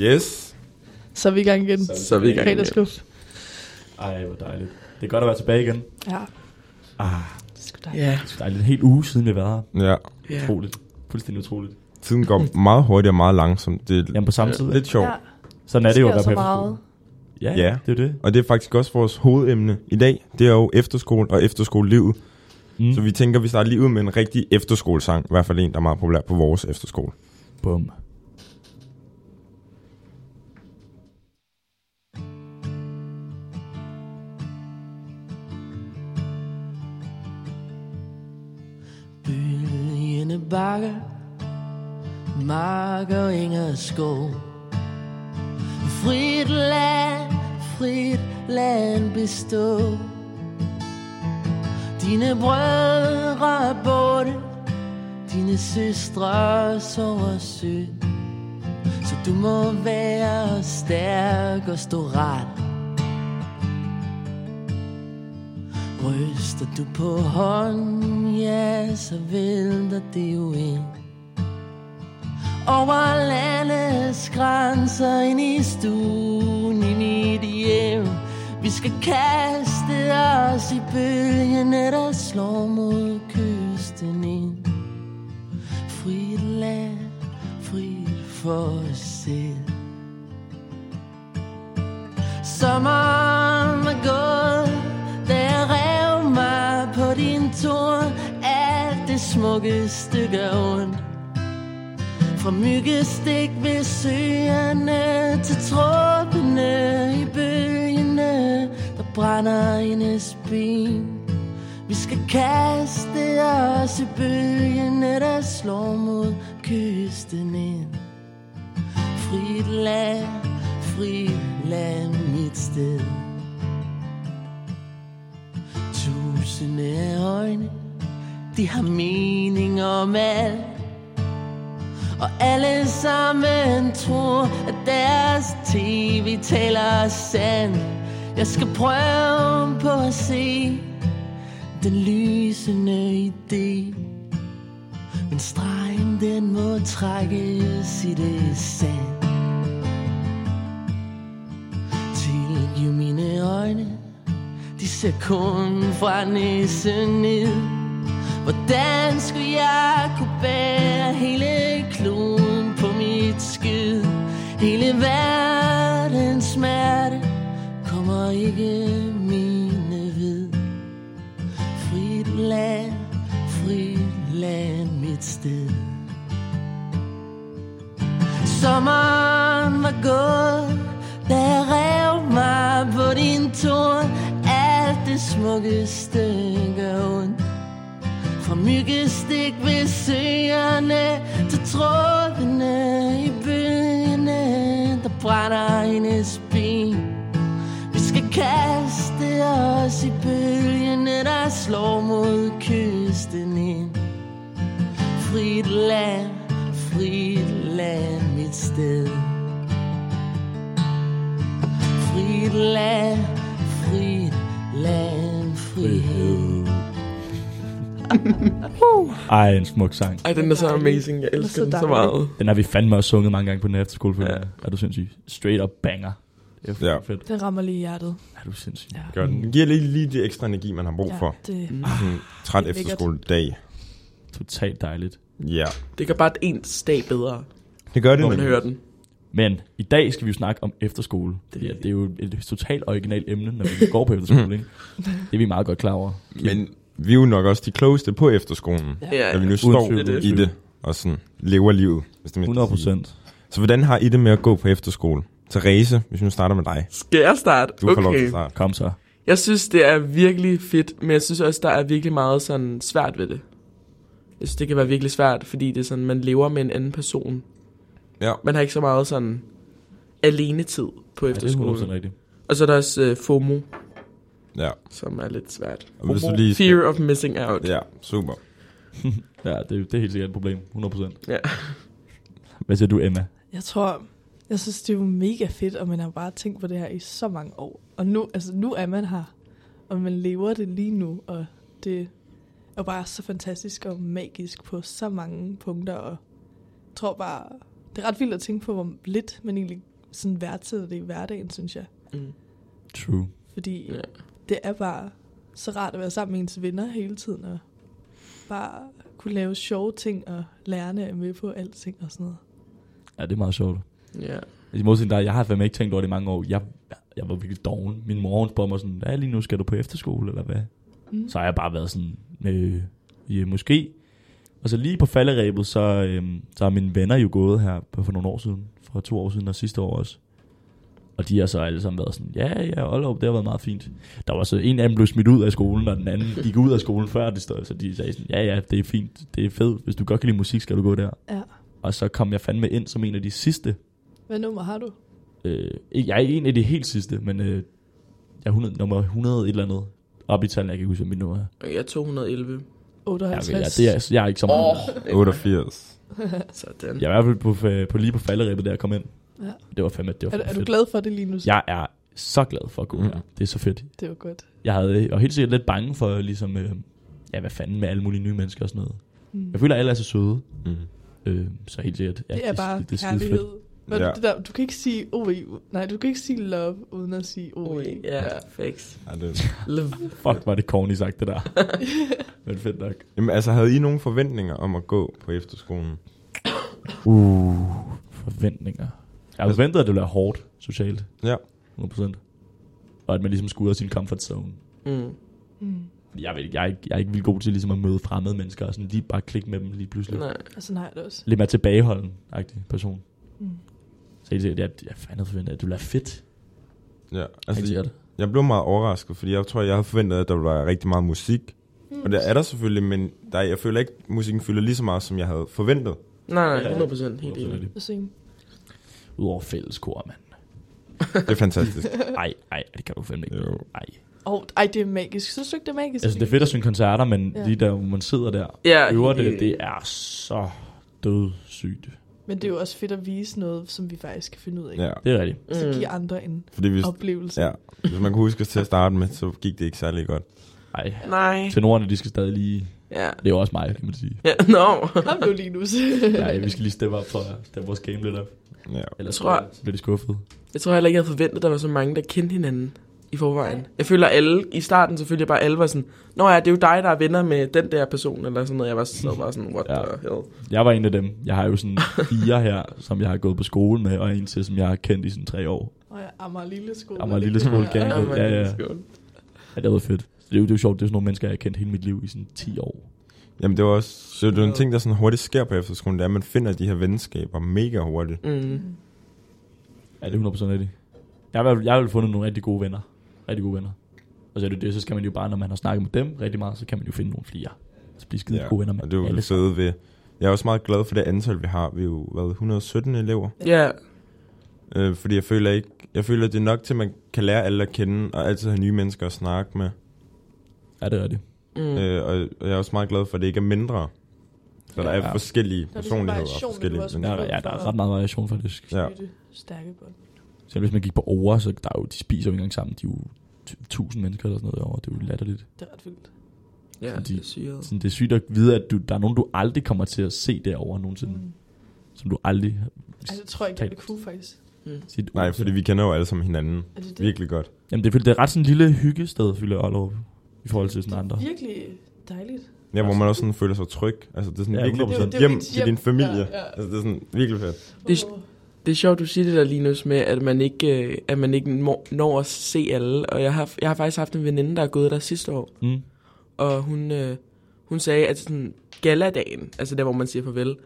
Yes. Så er vi i gang igen. Så er vi i gang igen. Fredagsluft. Ej, hvor dejligt. Det er godt at være tilbage igen. Det Ja. Det Ah. er sgu dejligt. Ja, er dejligt. En hel uge siden vi har været her. Ja. ja. Utroligt. Fuldstændig utroligt. Tiden går meget hurtigt og meget langsomt. Det er Jamen på samme tid. lidt sjovt. Ja, Sådan er det jo at sker være på så meget. efterskole. Ja, Ja. ja, det er jo det. Og det er faktisk også vores hovedemne i dag. Det er jo efterskole og efterskolelivet. Mm. Mm. Så vi tænker, vi starter lige ud med en rigtig efterskolesang. I hvert fald en, der er meget populær på vores efterskole. Bum. Bølgende bakker Mark og Inger skov Frit land, frit land bestå Dine brødre er borte Dine søstre sover sø Så du må være stærk og stå ret Ryster du på hånden, ja, så vælter det jo ind. Over landets grænser ind i stuen i mit hjem. Vi skal kaste os i bølgene, der slår mod kysten ind. Frit land, frit for os selv. Sommeren er gået, da jeg rev mig på din tår. Alt det smukke stykke er ondt. Fra myggestik ved søerne til tråbene i bølgene, der brænder hendes ben. Vi skal kaste os i bølgene, der slår mod kysten ind. Frit land, frit land, mit sted. Tusinde af øjne, de har mening om alt. Og alle sammen tror, at deres tv taler sandt. Jeg skal prøve på at se den lysende idé. Men stregen den må trækkes i det sand Tilgiv mine øjne De ser kun fra næsen ned Hvordan skulle jeg kunne bære hele kloden på mit skid Hele verdens smerte kommer ikke mine ved Frit land, frit land, mit sted. Sommeren var gået, da jeg rev mig på din tår. Alt det smukke stykke ondt. Fra myggestik ved søerne til trådene i bølgene, der brænder hendes ben. Vi skal kaste os i bølgene, der slår mod kysten ind. Frit land, frit land, mit sted. Frit land, frit land, frihed. Ej, en smuk sang. Ej, den er så amazing. Jeg er elsker så den så dejlig. meget. Den har vi fandme også sunget mange gange på den her efterskole. Ja. Ja. Er du sindssyg? Straight up banger. Det er Ja. ja. fedt. Den rammer lige hjertet. Er du sindssyg? Ja. Gør den. Den giver lige, lige det ekstra energi, man har brug for. Ja, Mm. det, Sådan en træt Det er lækkert. efterskoledag. Totalt dejligt. Ja. Det gør bare en dag bedre, Det gør det. når man nemlig. hører den. Men i dag skal vi jo snakke om efterskole. Det, ja, det er jo et totalt originalt emne, når vi går på efterskole. ikke? Det er vi meget godt klar over. Men vi er jo nok også de klogeste på efterskolen. Ja. Ja, Når vi nu står tvivl, det, uden i tvivl. det og sådan lever livet. Hvis det er 100 mindst at sige. procent. Så hvordan har I det med at gå på efterskole? Therese, hvis vi nu starter med dig. skal jeg starte? Du okay. får lov til at starte. Kom så. Jeg synes, det er virkelig fedt, men jeg synes også, der er virkelig meget sådan svært ved det. Jeg synes, det kan være virkelig svært, fordi det er sådan, man lever med en anden person. Ja. Man har ikke så meget sådan alenetid på Ja, det er 100 efterskolen. rigtigt. og så er der også uh, FOMO, Ja. som er lidt svært. Og hvis du lige skal- Fear of missing out. Ja, super. Ja, det, er- det er helt sikkert et problem. 100 procent. Ja. Hvad siger du, Emma? jeg tror, jeg synes, det er jo mega fedt, og man har bare tænkt på det her i så mange år. Og nu, altså, nu er man her, og man lever det lige nu, og det er bare så fantastisk og magisk på så mange punkter, og jeg tror bare, det er ret vildt at tænke på, hvor lidt man egentlig sådan værdsætter det i hverdagen, synes jeg. Mm. True. Fordi Ja. ja. det er bare så rart at være sammen med ens venner hele tiden, og bare kunne lave sjove ting, og lærerne er med på alting og sådan noget. Ja, det er meget sjovt. Ja. I modsætning der, jeg har fandme ikke tænkt over det i mange år. Jeg, jeg var virkelig doven. Min mor hun spurgte mig sådan, ja, lige nu skal du på efterskole, eller hvad? Mm. Mm. Så har jeg bare været sådan, øh, ja, måske. Og så lige på falderæbet, så, øh, så er mine venner jo gået her på- for nogle år siden. For to år siden og sidste år også. Og de har så alle sammen været sådan, ja, ja, Aalborg, det har været meget fint. Der var så en af dem blev smidt ud af skolen, og den anden gik ud af skolen før det stod. Så de sagde sådan, ja, ja, det er fint, det er fedt. Hvis du godt kan lide musik, skal du gå der. Ja. Og så kom jeg fandme ind som en af de sidste Hvad nummer har du? Øh, ikke- jeg er en af de helt sidste, men øh, jeg er 100, nummer 100 et eller andet. Op i tallene, jeg kan ikke huske, hvad mit nummer er. Jeg er 211. Jeg, 58. jeg, jeg, det er, jeg er ikke så meget. Oh. 88. Sådan. Jeg er i hvert fald på, fa- på lige på falderæbet, der jeg kom ind. Ja. Det var fandme, det var er, fandme du, er du fedt. glad for det lige nu? Jeg er så glad for at gå Mhm. mm. her. Det er så fedt. Det var godt. Jeg havde, jeg var helt sikkert lidt bange for, ligesom, øh, ja, hvad fanden med alle mulige nye mennesker og sådan noget. Mm. Jeg føler, at alle er så søde. Mm. Øh, så helt sikkert. Ja, det er bare det, det skide fedt. kærlighed. Men Ja. det der, du kan ikke sige OE, nej, du kan ikke sige love, uden at sige E OE. Oh, ja, facts. Ja, det... Love. Fuck, var det corny sagt, det der. men fedt nok. Jamen, altså, havde I nogen forventninger om at gå på efterskolen? Uh, forventninger. Jeg havde forventet, at det ville være hårdt socialt. Altså- Ja. 100%. Og at man ligesom skulle ud af sin comfort zone. Mm. Mm. Jeg, ved, ikke, jeg, er ikke, jeg er ikke vildt god til ligesom at møde fremmede mennesker og sådan lige bare klikke med dem lige pludselig. Nej. Og sådan har jeg det også. Lidt mere tilbageholden agtig person. Mm. Så helt sikkert, jeg, jeg fandme forventede, at det ville være fedt. Ja, Helt altså, sikkert. jeg blev meget overrasket, fordi jeg tror, jeg havde forventet, at der ville være rigtig meget musik. Mm. Og det er der selvfølgelig, men der, jeg føler ikke, at musikken fylder lige så meget, som jeg havde forventet. Nej, Ja. nej, 100%. Helt enig. 100%. Og synge. Udover fælleskor, mand. Det er fantastisk. Ej, ej, det kan du fandme ikke. Jo. Ej. Åh, ej, det er magisk. Så synes det er magisk. Altså, det er fedt at synge koncerter, men Ja. ja. lige der, hvor man sidder der, Ja, øver helt det, enig. det er så dødssygt. Men det er jo også fedt at vise noget, som vi faktisk kan finde ud af. Ja, Det er rigtigt. Og så give Mm. andre en fordi hvis, oplevelse. ja, hvis man kunne huske os til at starte med, så gik det ikke særlig godt. Ej. Nej. Tenorerne, de skal stadig lige... Ja. Det er jo også mig, kan man sige. Ja, no. Kom nu, Linus. Nej, vi skal lige steppe op for steppe vores game lidt op. Ja. Ellers Jeg tror- bliver de skuffet. Jeg tror heller ikke, jeg havde forventet, at der var så mange, der kendte hinanden i forvejen. Jeg føler alle, i starten selvfølgelig bare alle var sådan, Nå ja, det er jo dig, der er venner med den der person, eller sådan noget. Jeg var så bare sådan, what Ja. the hell. Jeg var en af dem. Jeg har jo sådan fire her, som jeg har gået på skole med, og en til, som jeg har kendt i sådan tre år. Og jeg ammer lille skole. Amager Lille Skole gang. Ja, man, Ja, ja. det er skønt. Ja, det var fedt. Så det er jo, det er jo sjovt, det er sådan nogle mennesker, jeg har kendt hele mit liv i sådan 10 år. Jamen, det var også så det er en ting, der sådan hurtigt sker på efterskolen, det er, at man finder de her venskaber mega hurtigt. Mm. Ja, det er 100% rigtigt. Jeg har, i hvert fald- jeg har i hvert fald fundet nogle rigtig gode venner. Rigtig gode venner. Og så er det det, så skal man jo bare, når man har snakket med dem rigtig meget, så kan man jo finde nogle flere. Så bliver skide ja, gode venner med og det er jo alle. det fede ved. Jeg er også meget glad for det antal, vi har. Vi har jo været 117 elever. Ja, Øh, fordi jeg føler ikke, jeg føler, det er nok til, at man kan lære alle at kende, og altid have nye mennesker at snakke med. Ja, det er det. mm. Øh, og, og jeg er også meget glad for, at det ikke er mindre. Så der er Ja. forskellige er ligesom personligheder og variation, men forskellige du er også mennesker. Ja, ja, der er ret meget variation faktisk. Ja. Ja. Stærke bånd. Selv hvis man gik på over, så der er jo, de spiser jo ikke engang sammen. De er jo t- 1000 mennesker eller sådan noget over. Det er jo latterligt. Det er ret vildt. ja, fordi- det er syret. Sådan, det er sygt at vide, at du, der er nogen, du aldrig kommer til at se derovre nogensinde. Mm. Mm. Som du aldrig Ej, det tror jeg ikke, jeg ville kunne, faktisk. sit Nej, fordi vi kender jo alle sammen hinanden. Er det det? Virkelig godt. Jamen, det, er- det er ret sådan en lille hyggested, fylder Aalborg. I forhold til Det sådan andre. er virkelig dejligt. Ja, hvor man også sådan føler sig tryg. Altså, det er sådan Ja, ja, virkelig 100%. dit Det er jo- det er jo hjem dit til hjem. din familie. Ja, ja. Altså, det er sådan virkelig fedt. Det- Åh, Det er sjovt, du siger det der, Linus, med, at man ikke, øh, at man ikke må- når at se alle. Og jeg har, jeg har faktisk haft en veninde, der er gået der sidste år, Mm. og hun, øh, hun sagde, at sådan galadagen, altså der, hvor man siger farvel,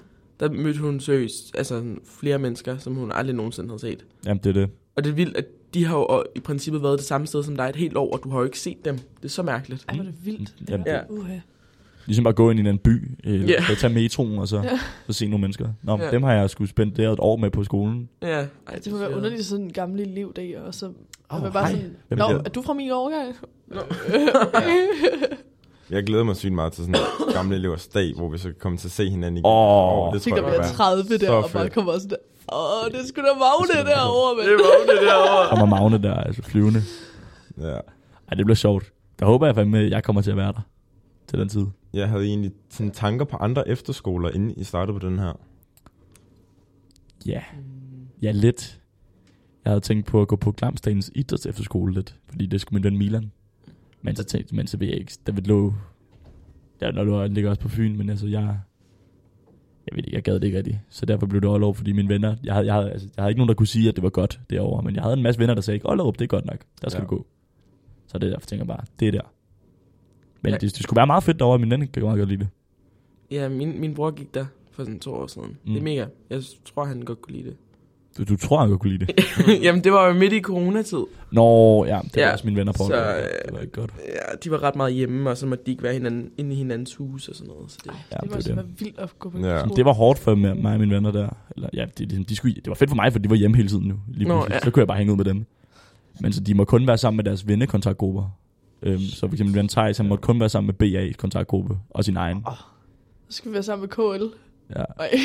der mødte hun seriøst altså, sådan flere mennesker, som hun aldrig nogensinde havde set. Jamen, det er det. Og det er vildt, at de har jo og- i princippet været det samme sted som dig et helt år, og du har jo ikke set dem. Det er så mærkeligt. Ej, hvor er Mm. det vildt. Jamen, Ja. Uha. Ligesom bare gå ind i en anden by, øh, Ja. yeah. tage metroen og så, yeah. så se nogle mennesker. Nå, Ja. yeah. dem har jeg skulle spenderet et år med på skolen. Ja, ej, Altså, Det må være er- underligt sådan en gammel elevdag, og så oh, Åh, man bare hej. sådan, Hvem Nå, er det?" er du fra min årgang? Jeg glæder mig sygt meget til sådan en gamle elevers dag, hvor vi så kommer til at se hinanden igen. Åh. det Tænk tror jeg at vil være være. 30 der, så og bare fedt. kommer sådan der, åh, det skulle da magne derovre, mand. Det var det derovre. Kommer Magne der, altså flyvende. Ja. Ej, det bliver sjovt. Der håber jeg fandme, at jeg kommer til at være der til den tid. Jeg havde egentlig sådan tanker på andre efterskoler, inden I startede på den her. Mm. Ja. Ja, lidt. Jeg havde tænkt på at gå på Glamstadens idræts efterskole lidt, fordi det skulle min ven Milan. Men så tænkte men så ved jeg ikke, der vil lå... Der der lå, ligger også på Fyn, men altså jeg... Jeg ved ikke, jeg gad det ikke rigtigt. Så derfor blev det Aalborg, fordi mine venner... Jeg havde, jeg, havde, altså, jeg havde ikke nogen, der kunne sige, at det var godt derovre, men jeg havde en masse venner, der sagde, Aalborg, det er godt nok, der skal Ja. ja. du gå. Så det er derfor tænker jeg bare, det er der. Men Ja. det, det, skulle være meget fedt derovre, min ven kan meget godt lide det. Ja, min, min bror gik der for sådan to år siden. Mm. Det er Mm. mega. Jeg tror, han godt kunne lide det. Du, du tror, han godt kunne lide det. Jamen, det var jo midt i coronatid. Nå, ja, det var Ja, også mine venner på. så, Aalborg. det var ikke godt. Ja, de var ret meget hjemme, og så måtte de ikke være hinanden, inde i hinandens hus og sådan noget. Så det, Ja, det det må er også det. være vildt at gå på Ja. efterskole. Det var hårdt for mig mig og mine venner der. Eller, ja, det, det, de skulle, det var fedt for mig, for de var hjemme hele tiden nu. Lige Nå, Nå, ja. ja. Så kunne jeg bare hænge ud med dem. Men så de må kun være sammen med deres vennekontaktgrupper. Øhm, så for eksempel Jan Theis, han måtte kun være sammen med BA's kontaktgruppe og sin egen. Så skal vi være sammen med KL. Ja. Ej.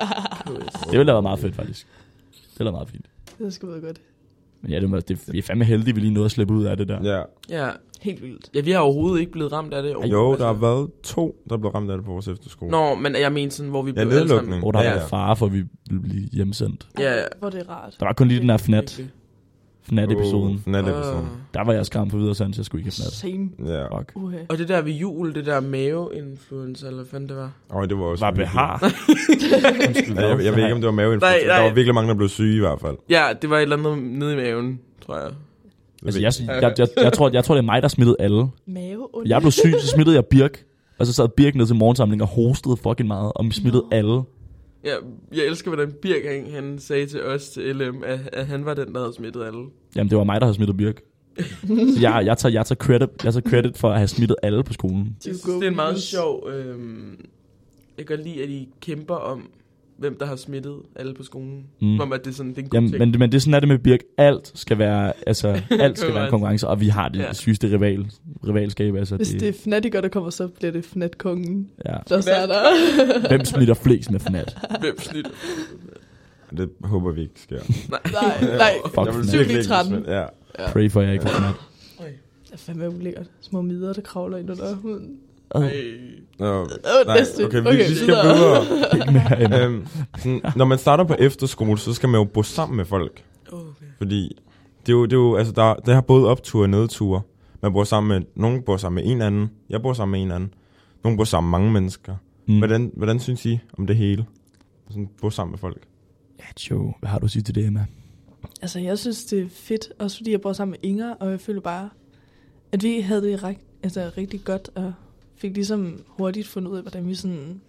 Ah. Det ville have været meget fedt, faktisk. Det ville have været meget fint. det skal være godt. Men ja, det, var, det, vi er fandme heldige, at vi lige nåede at slippe ud af det der. Ja. ja, Helt vildt. ja, vi har overhovedet ikke blevet ramt af det. Jo, der har været to, der blev ramt af det på vores efterskole. altså- Nå, men jeg mener sådan, hvor vi ja, blev alle sammen... nedlukning. Hvor der ja, ja, ja. var fare for, at vi ville blive hjemsendt. Ja, ja. Hvor det er rart. Der var kun lige den der fnat, Virkelig. fnat-episoden. Uh, Fnat-episoden. Ah. Der var jeg skræmt på videre, så jeg skulle ikke have fnat. Same. Ja. Fuck. Uha. Og det der ved jul, det der maveinfluenza, eller hvad fanden det var. Og det var også... Var virkelig- behar. Ja, jeg, jeg, ved ikke, om det var Nej, maveinfluenza. nej. Der var virkelig mange, der blev syge i hvert fald. Ja, det var et eller andet nede i maven, tror jeg. Det Altså, ved jeg, jeg, jeg, jeg, tror, jeg tror, det er mig, der smittede alle. Mave Jeg blev syg, så smittede jeg Birk. Og så sad Birk ned til morgensamling og hostede fucking meget, og smittede alle. Ja, jeg elsker, hvordan Birk han, han sagde til os til LM, at, at han var den, der havde smittet alle. Jamen, det var mig, der havde smittet Birk. Så jeg, jeg, tager, jeg, tager credit, jeg tager credit for at have smittet alle på skolen. Jeg synes, det er en meget sjov... Øhm, jeg kan godt lide, at I kæmper om, hvem der har smittet alle på skolen. Mm. Mm. Om at det er sådan, det er en god Jamen, ting. men, men det er sådan, at det med Birk. Alt skal være, altså, alt skal være en konkurrence, og vi har det Ja. sygeste rival, rivalskab. Altså, Hvis det er fnatikker, der kommer, så bliver det fnatkongen, ja. der starter. Hvem smitter flest med fnat? Hvem snitter? Det håber vi ikke sker. nej, nej. Fuck Jeg vil Fnat. virkelig ikke- 7-13. Ja. Pray for, at jeg ikke har fnat. Det er fandme ulækkert. Små midder, der kravler ind under huden. Åh, Nå, Åh, nej, næste. okay, vi, vi skal videre. videre. ikke mere end- øhm, sådan, når man starter på efterskole, så skal man jo bo sammen med folk. Okay. Fordi det er jo, det er jo altså, der, der har både opture og nedture. Man bor sammen med, nogen bor sammen med en anden. Jeg bor sammen med en anden. Nogen bor sammen med mange mennesker. Mm. Mm. Hvordan, hvordan synes I om det hele? Sådan, bo sammen med folk. Ja, jo. Hvad har du at sige til det, Emma? Altså, jeg synes, det er fedt, også fordi jeg bor sammen med Inger, og jeg føler bare, at vi havde det rigt, altså, rigtig godt, og fik ligesom hurtigt fundet ud af, hvordan vi sådan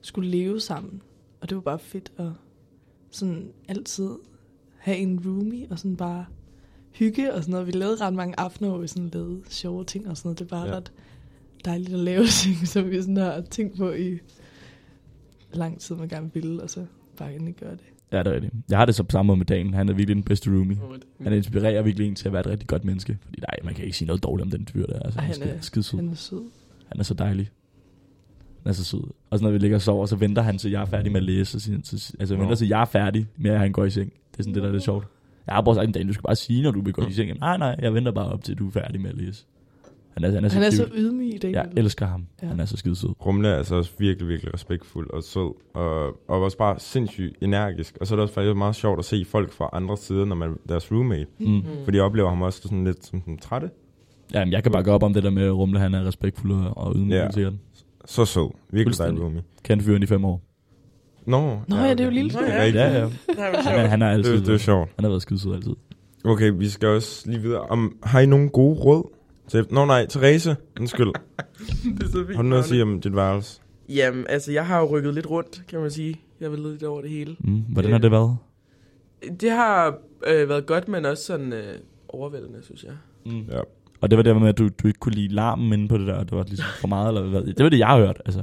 skulle leve sammen. Og det var bare fedt at sådan altid have en roomie, og sådan bare hygge og sådan noget. Vi lavede ret mange aftener, hvor vi sådan lavede sjove ting og sådan noget. Det var ja. Ja. ret dejligt at lave ting, som vi sådan har tænkt på i lang tid, man gerne ville, og så bare endelig gøre det. Ja, det er rigtigt. Jeg har det så på samme måde med Dan. Han er virkelig den bedste Mm. roomie. Han Han er inspirerer virkelig en til at være et rigtig godt menneske. Fordi nej, man kan ikke sige noget dårligt om den fyr der. Altså, Ej, han, han er er- skidesød. Han var sød. Han er så dejlig. Han er så sød. Og så når vi ligger og sover, så venter han til jeg er færdig med at læse. Og siger, så, altså Nå. venter til jeg er færdig med at han går i seng. Det er sådan det, der er lidt sjovt. Jeg har bare sagt, Dan, du skal bare sige, når du vil gå i seng. Jamen, Nej, nej, jeg venter bare op til, du er færdig med at læse. Han er, han Altså, er så, Han er cute. så ydmyg i dag. Jeg elsker ham. Ja. Han er så skidesød. Rumle er altså også virkelig, virkelig respektfuld og sød, og, og også bare sindssygt energisk. Og så er det også faktisk meget sjovt at se folk fra andre sider, når man er deres roommate. Mhm. Mm. Fordi jeg oplever ham også sådan lidt som den trætte. Jamen, jeg kan bakke op om det der med at Rumle, han er respektfuld og- og ydmyg. Ja. Yeah. Så sød. Virkelig dejlig Fuldstændig. roomie. Kendt fyren i fem år. Nå, Nå ja, det er jo lille. Nå Det ja. er rigtigt. Ja, ja. Han er, han er altid. Det, det er sjovt. Han har været skidesød altid. Okay, vi skal også lige videre. Om, har I nogle gode råd? Til, nå nej, Therese, undskyld. det er så fint. Har du noget at sige om dit værelse? Jamen, altså, jeg har jo rykket lidt rundt, kan man sige. Jeg vil lidt over det hele. Mm. Hvordan Øh. har det været? Det har øh, været godt, men også sådan øh, overvældende, synes jeg. Mm. Ja. Og det var det med, at du, du ikke kunne lide larmen inde på det der, det var ligesom for meget, eller hvad? Det var det, jeg har hørt, altså.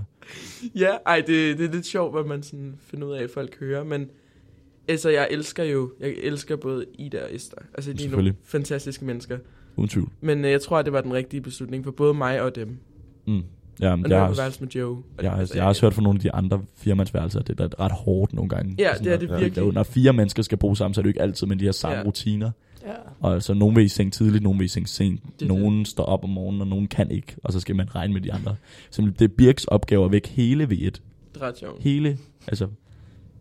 Ja, ej, det, det er lidt sjovt, hvad man sådan finder ud af, at folk hører, men altså, jeg elsker jo, jeg elsker både Ida og Esther. Altså, de er nogle Selvfølgelig. fantastiske mennesker. Uden tvivl. Men øh, jeg tror, at det var den rigtige beslutning for både mig og dem. Mm. Ja, Og men nu jeg, er jeg har på også, værelse med Joe. og jeg, har, altså, jeg har også hørt fra nogle af de andre firmandsværelser, at det er da ret hårdt nogle gange. Ja, Sådan det er at- det ja, virkelig. Der, når fire mennesker skal bo sammen, så er det jo ikke altid med de her samme Ja. rutiner. Ja. Og altså, nogen vil i seng tidligt, nogen vil i seng sent. det. Nogen står op om morgenen, og nogen kan ikke. Og så skal man regne med de andre. Så det er Birks opgave at vække hele V1. Det er ret sjovt. Hele, altså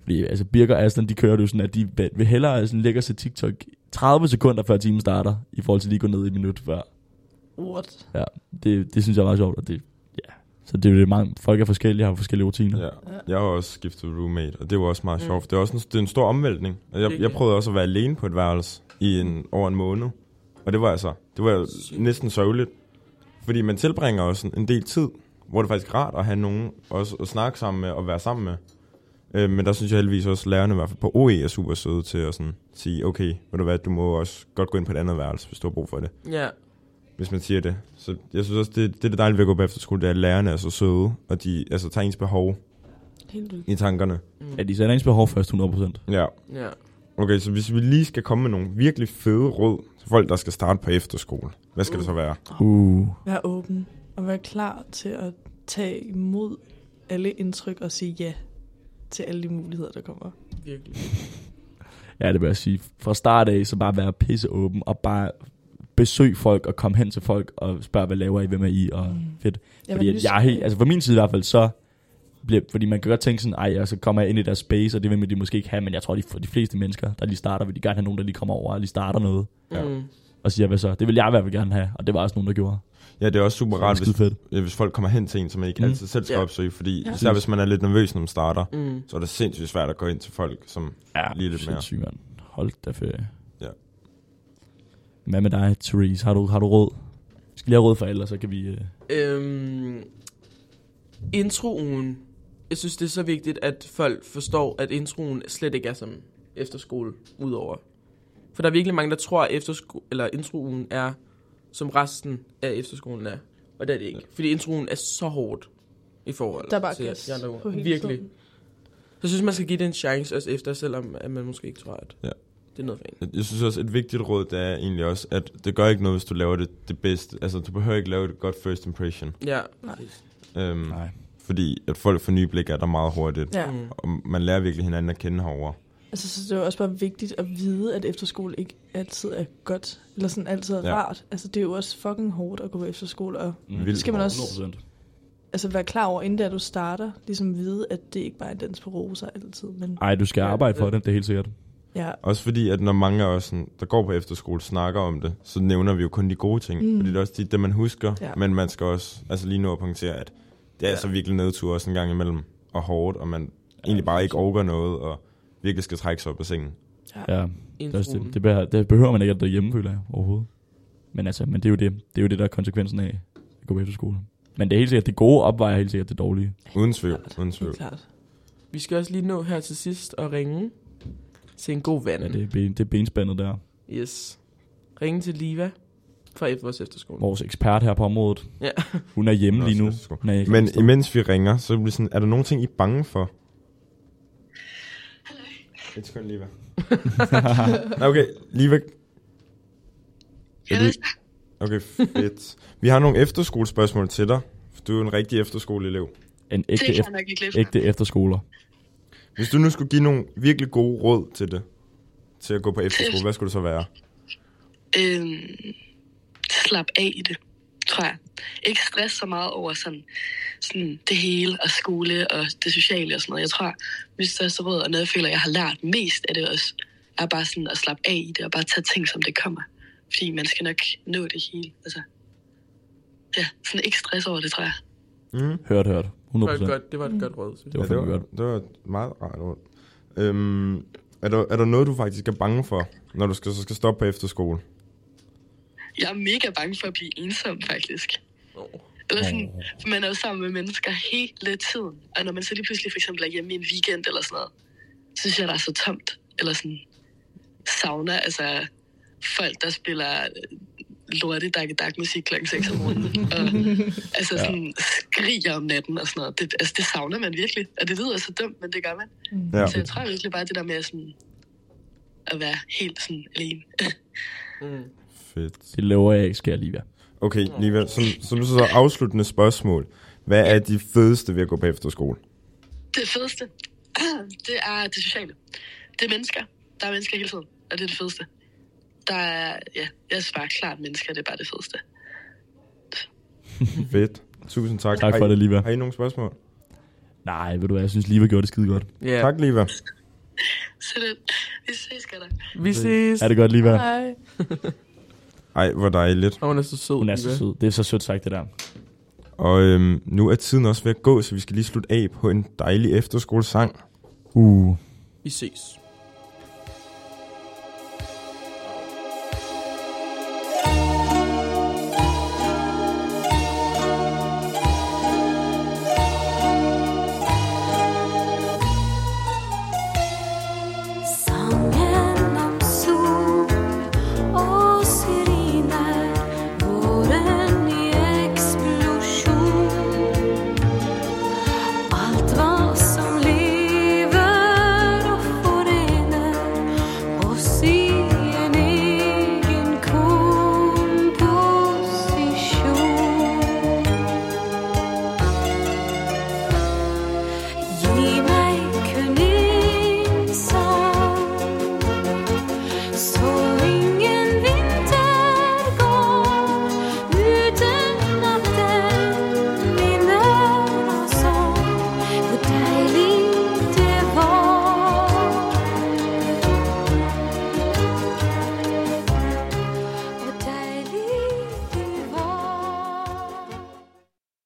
Fordi altså, Birger og Aslan, de kører det jo sådan, at de vil hellere sådan, lægge sig TikTok 30 sekunder før timen starter, i forhold til lige at gå ned i et minut før. What? Ja, det, det synes jeg er meget sjovt, og det, ja. Så det er jo det, mange, folk er forskellige, har forskellige rutiner. Ja. Ja. Jeg har også skiftet roommate, og det var også meget sjovt. Det er også en, det er en stor omvæltning. Og Jeg, jeg Virkelig. prøvede også at være alene på et værelse i en, over en måned. Og det var altså, det var næsten sørgeligt. Fordi man tilbringer også en, en del tid, hvor det faktisk er rart at have nogen også at snakke sammen med og være sammen med. Øh, men der synes jeg heldigvis også, at lærerne i hvert fald på OE er super søde til at sådan, sige, okay, ved du hvad, du må også godt gå ind på et andet værelse, hvis du har brug for det Ja. hvis man siger det. Så jeg synes også, det, det er det dejlige ved at gå på efterskole, det er, at lærerne er så søde, og de altså, tager ens behov Helt vildt. i tankerne. At de sætter ens behov først 100%. Ja, Ja. okay, så hvis vi lige skal komme med nogle virkelig fede råd til folk, der skal starte på efterskole, hvad skal det så være? Uh. Vær åben og vær klar til at tage imod alle indtryk og sige ja til alle de muligheder, der kommer. Virkelig. Ja, det vil jeg sige. Fra start af, så bare være pisseåben og bare besøg folk og komme hen til folk og spørge, hvad laver I, hvem er I og mm. fedt. Jeg fordi var at jeg er helt, nysgerrig. altså fra min side i hvert fald, så bliver, fordi man kan godt tænke sådan, ej, og så kommer jeg ind i deres space, og det vil de måske ikke have, men jeg tror, de, for de fleste mennesker, der lige starter, vil de gerne have nogen, der lige kommer over og lige starter noget, Ja. Mm. og siger, hvad så? Det vil jeg i hvert fald gerne have, og det var også nogen, der gjorde. Ja, det er også super rart, Skide hvis, fedt. øh, hvis folk kommer hen til en, som man ikke Mm. mm. altid selv skal Ja. opsøge, fordi Ja. især hvis man er lidt nervøs, når man starter, Mm. så er det sindssygt svært at gå ind til folk, som Ja, lige lidt mere. sindssygt, mand. Hold da ferie. Ja. Hvad med dig, Therese? Har du, har du råd? Vi skal lige have råd for ellers, så kan vi... Øh... Mm. Øhm, introen. Jeg synes, det er så vigtigt, at folk forstår, at introen slet ikke er som efterskole udover. For der er virkelig mange, der tror, at eftersko- eller introen er, som resten af efterskolen er. Og det er det ikke. Fordi introen er så hårdt i forhold Der er bare til gas de andre uger. på hele Virkelig. tiden. Så jeg synes, man skal give det en chance også efter, selvom at man måske ikke tror, at Ja. det er noget for en. Jeg- Jeg synes også, et vigtigt råd, det er egentlig også, at det gør ikke noget, hvis du laver det, det bedste. Altså, du behøver ikke lave et godt first impression. Ja. Øhm, Nej. fordi at folk får nye blik af dig meget hurtigt. Ja. Mm. Og man lærer virkelig hinanden at kende herover. Altså, så det er jo også bare vigtigt at vide, at efterskole ikke altid er godt, eller sådan altid er Ja. ja. rart. Altså, det er jo også fucking hårdt at gå på efterskole, og Vildt skal man hårdt. også altså, være klar over, inden da du starter, ligesom vide, at det ikke bare er en dans på roser altid, men Ej, du skal Ja, arbejde for det- det, det er helt sikkert. ja, Også fordi, at når mange af os, sådan, der går på efterskole, snakker om det, så nævner vi jo kun de gode ting. Mm. Fordi det er også tit det, man husker. Ja. Ja. Men man skal også altså lige nu at punktere, at det er ja. altså virkelig nedtur også en gang imellem. Og hårdt, og man ja, egentlig bare ikke overgår noget, og virkelig skal trække sig op af sengen. Ja, det, er også Introen. det, det, behøver, det behøver man ikke at derhjemme, føler jeg, overhovedet. Men altså, men det er jo det, det, er jo det der er konsekvensen af at gå på efterskole. Men det er helt sikkert, det gode opvejer helt sikkert det dårlige. Uden tvivl, uden tvivl. helt klart. Vi skal også lige nå her til sidst og ringe til en god ven. Ja, det, er ben, det er benspændet der. Yes. Ringe til Liva fra efter vores efterskole. Vores ekspert her på området, Ja. hun er hjemme Nå, lige nu. så- Hun er ikke Men imens vi ringer, så bliver sådan, er der nogle ting, I er bange for? Et sekund, Liva. Nå, okay, Liva. Er du... Okay, fedt. Vi har nogle efterskolespørgsmål til dig. for Du er jo en rigtig efterskoleelev. en ægte, Det kan jeg efter, nok ikke lidt. ægte efterskoler. Hvis du nu skulle give nogle virkelig gode råd til det, til at gå på efterskole, hvad skulle det så være? Øhm, slap af i det, tror jeg. Ikke stress så meget over sådan, sådan det hele og skole og det sociale og sådan noget. Jeg tror, mit største råd og noget, jeg føler, jeg har lært mest af det også, er bare sådan at slappe af i det og bare tage ting, som det kommer. Fordi man skal nok nå det hele. Altså, ja, sådan ikke stress over det, tror jeg. Mm. Hørt, hørt. 100%. det, var et godt, det var et godt råd, synes Det jeg. var Ja, det, fandme var, godt. det var et meget rart råd. Øhm, er, der, er der noget, du faktisk er bange for, når du skal, så skal stoppe på efterskole? Jeg er mega bange for at blive ensom, faktisk. Åh. Eller sådan, for Øhm, man er jo sammen med mennesker hele tiden. Og når man så lige pludselig for eksempel er hjemme i en weekend eller sådan noget, så synes jeg, der er så tomt. Eller sådan savner, altså folk, der spiller øh, lorte dak dak musik klokken 6 om morgenen. Og, altså sådan skriger om natten og sådan noget. Det, altså det savner man virkelig. Og det lyder så dumt, men det gør man. Ja. Så jeg tror virkelig bare det der med sådan, at være helt sådan alene. Mm. Fedt. Det lover jeg ikke, skal jeg lige være. Okay, Liva, som, som du så afsluttende spørgsmål. Hvad er de fedeste ved at gå på efterskole? Det fedeste, det er det sociale. Det er mennesker. Der er mennesker hele tiden, og det er det fedeste. Der er, ja, jeg synes bare klart mennesker, det er bare det fedeste. Fedt. Tusind tak. Tak Har I- for det, Liva. Har I nogle spørgsmål? Nej, ved du hvad, jeg synes, Liva gjorde det skide godt. Ja, Tak, Liva. Så det, vi ses, skatter. Vi ses. Er det godt lige være? Hej. Ej, hvor dejligt. Og hun er så sød. Hun er så Eva. sød. Det er så sødt sagt, det der. Og øhm, nu er tiden også ved at gå, så vi skal lige slutte af på en dejlig efterskolesang. Uh. Vi ses.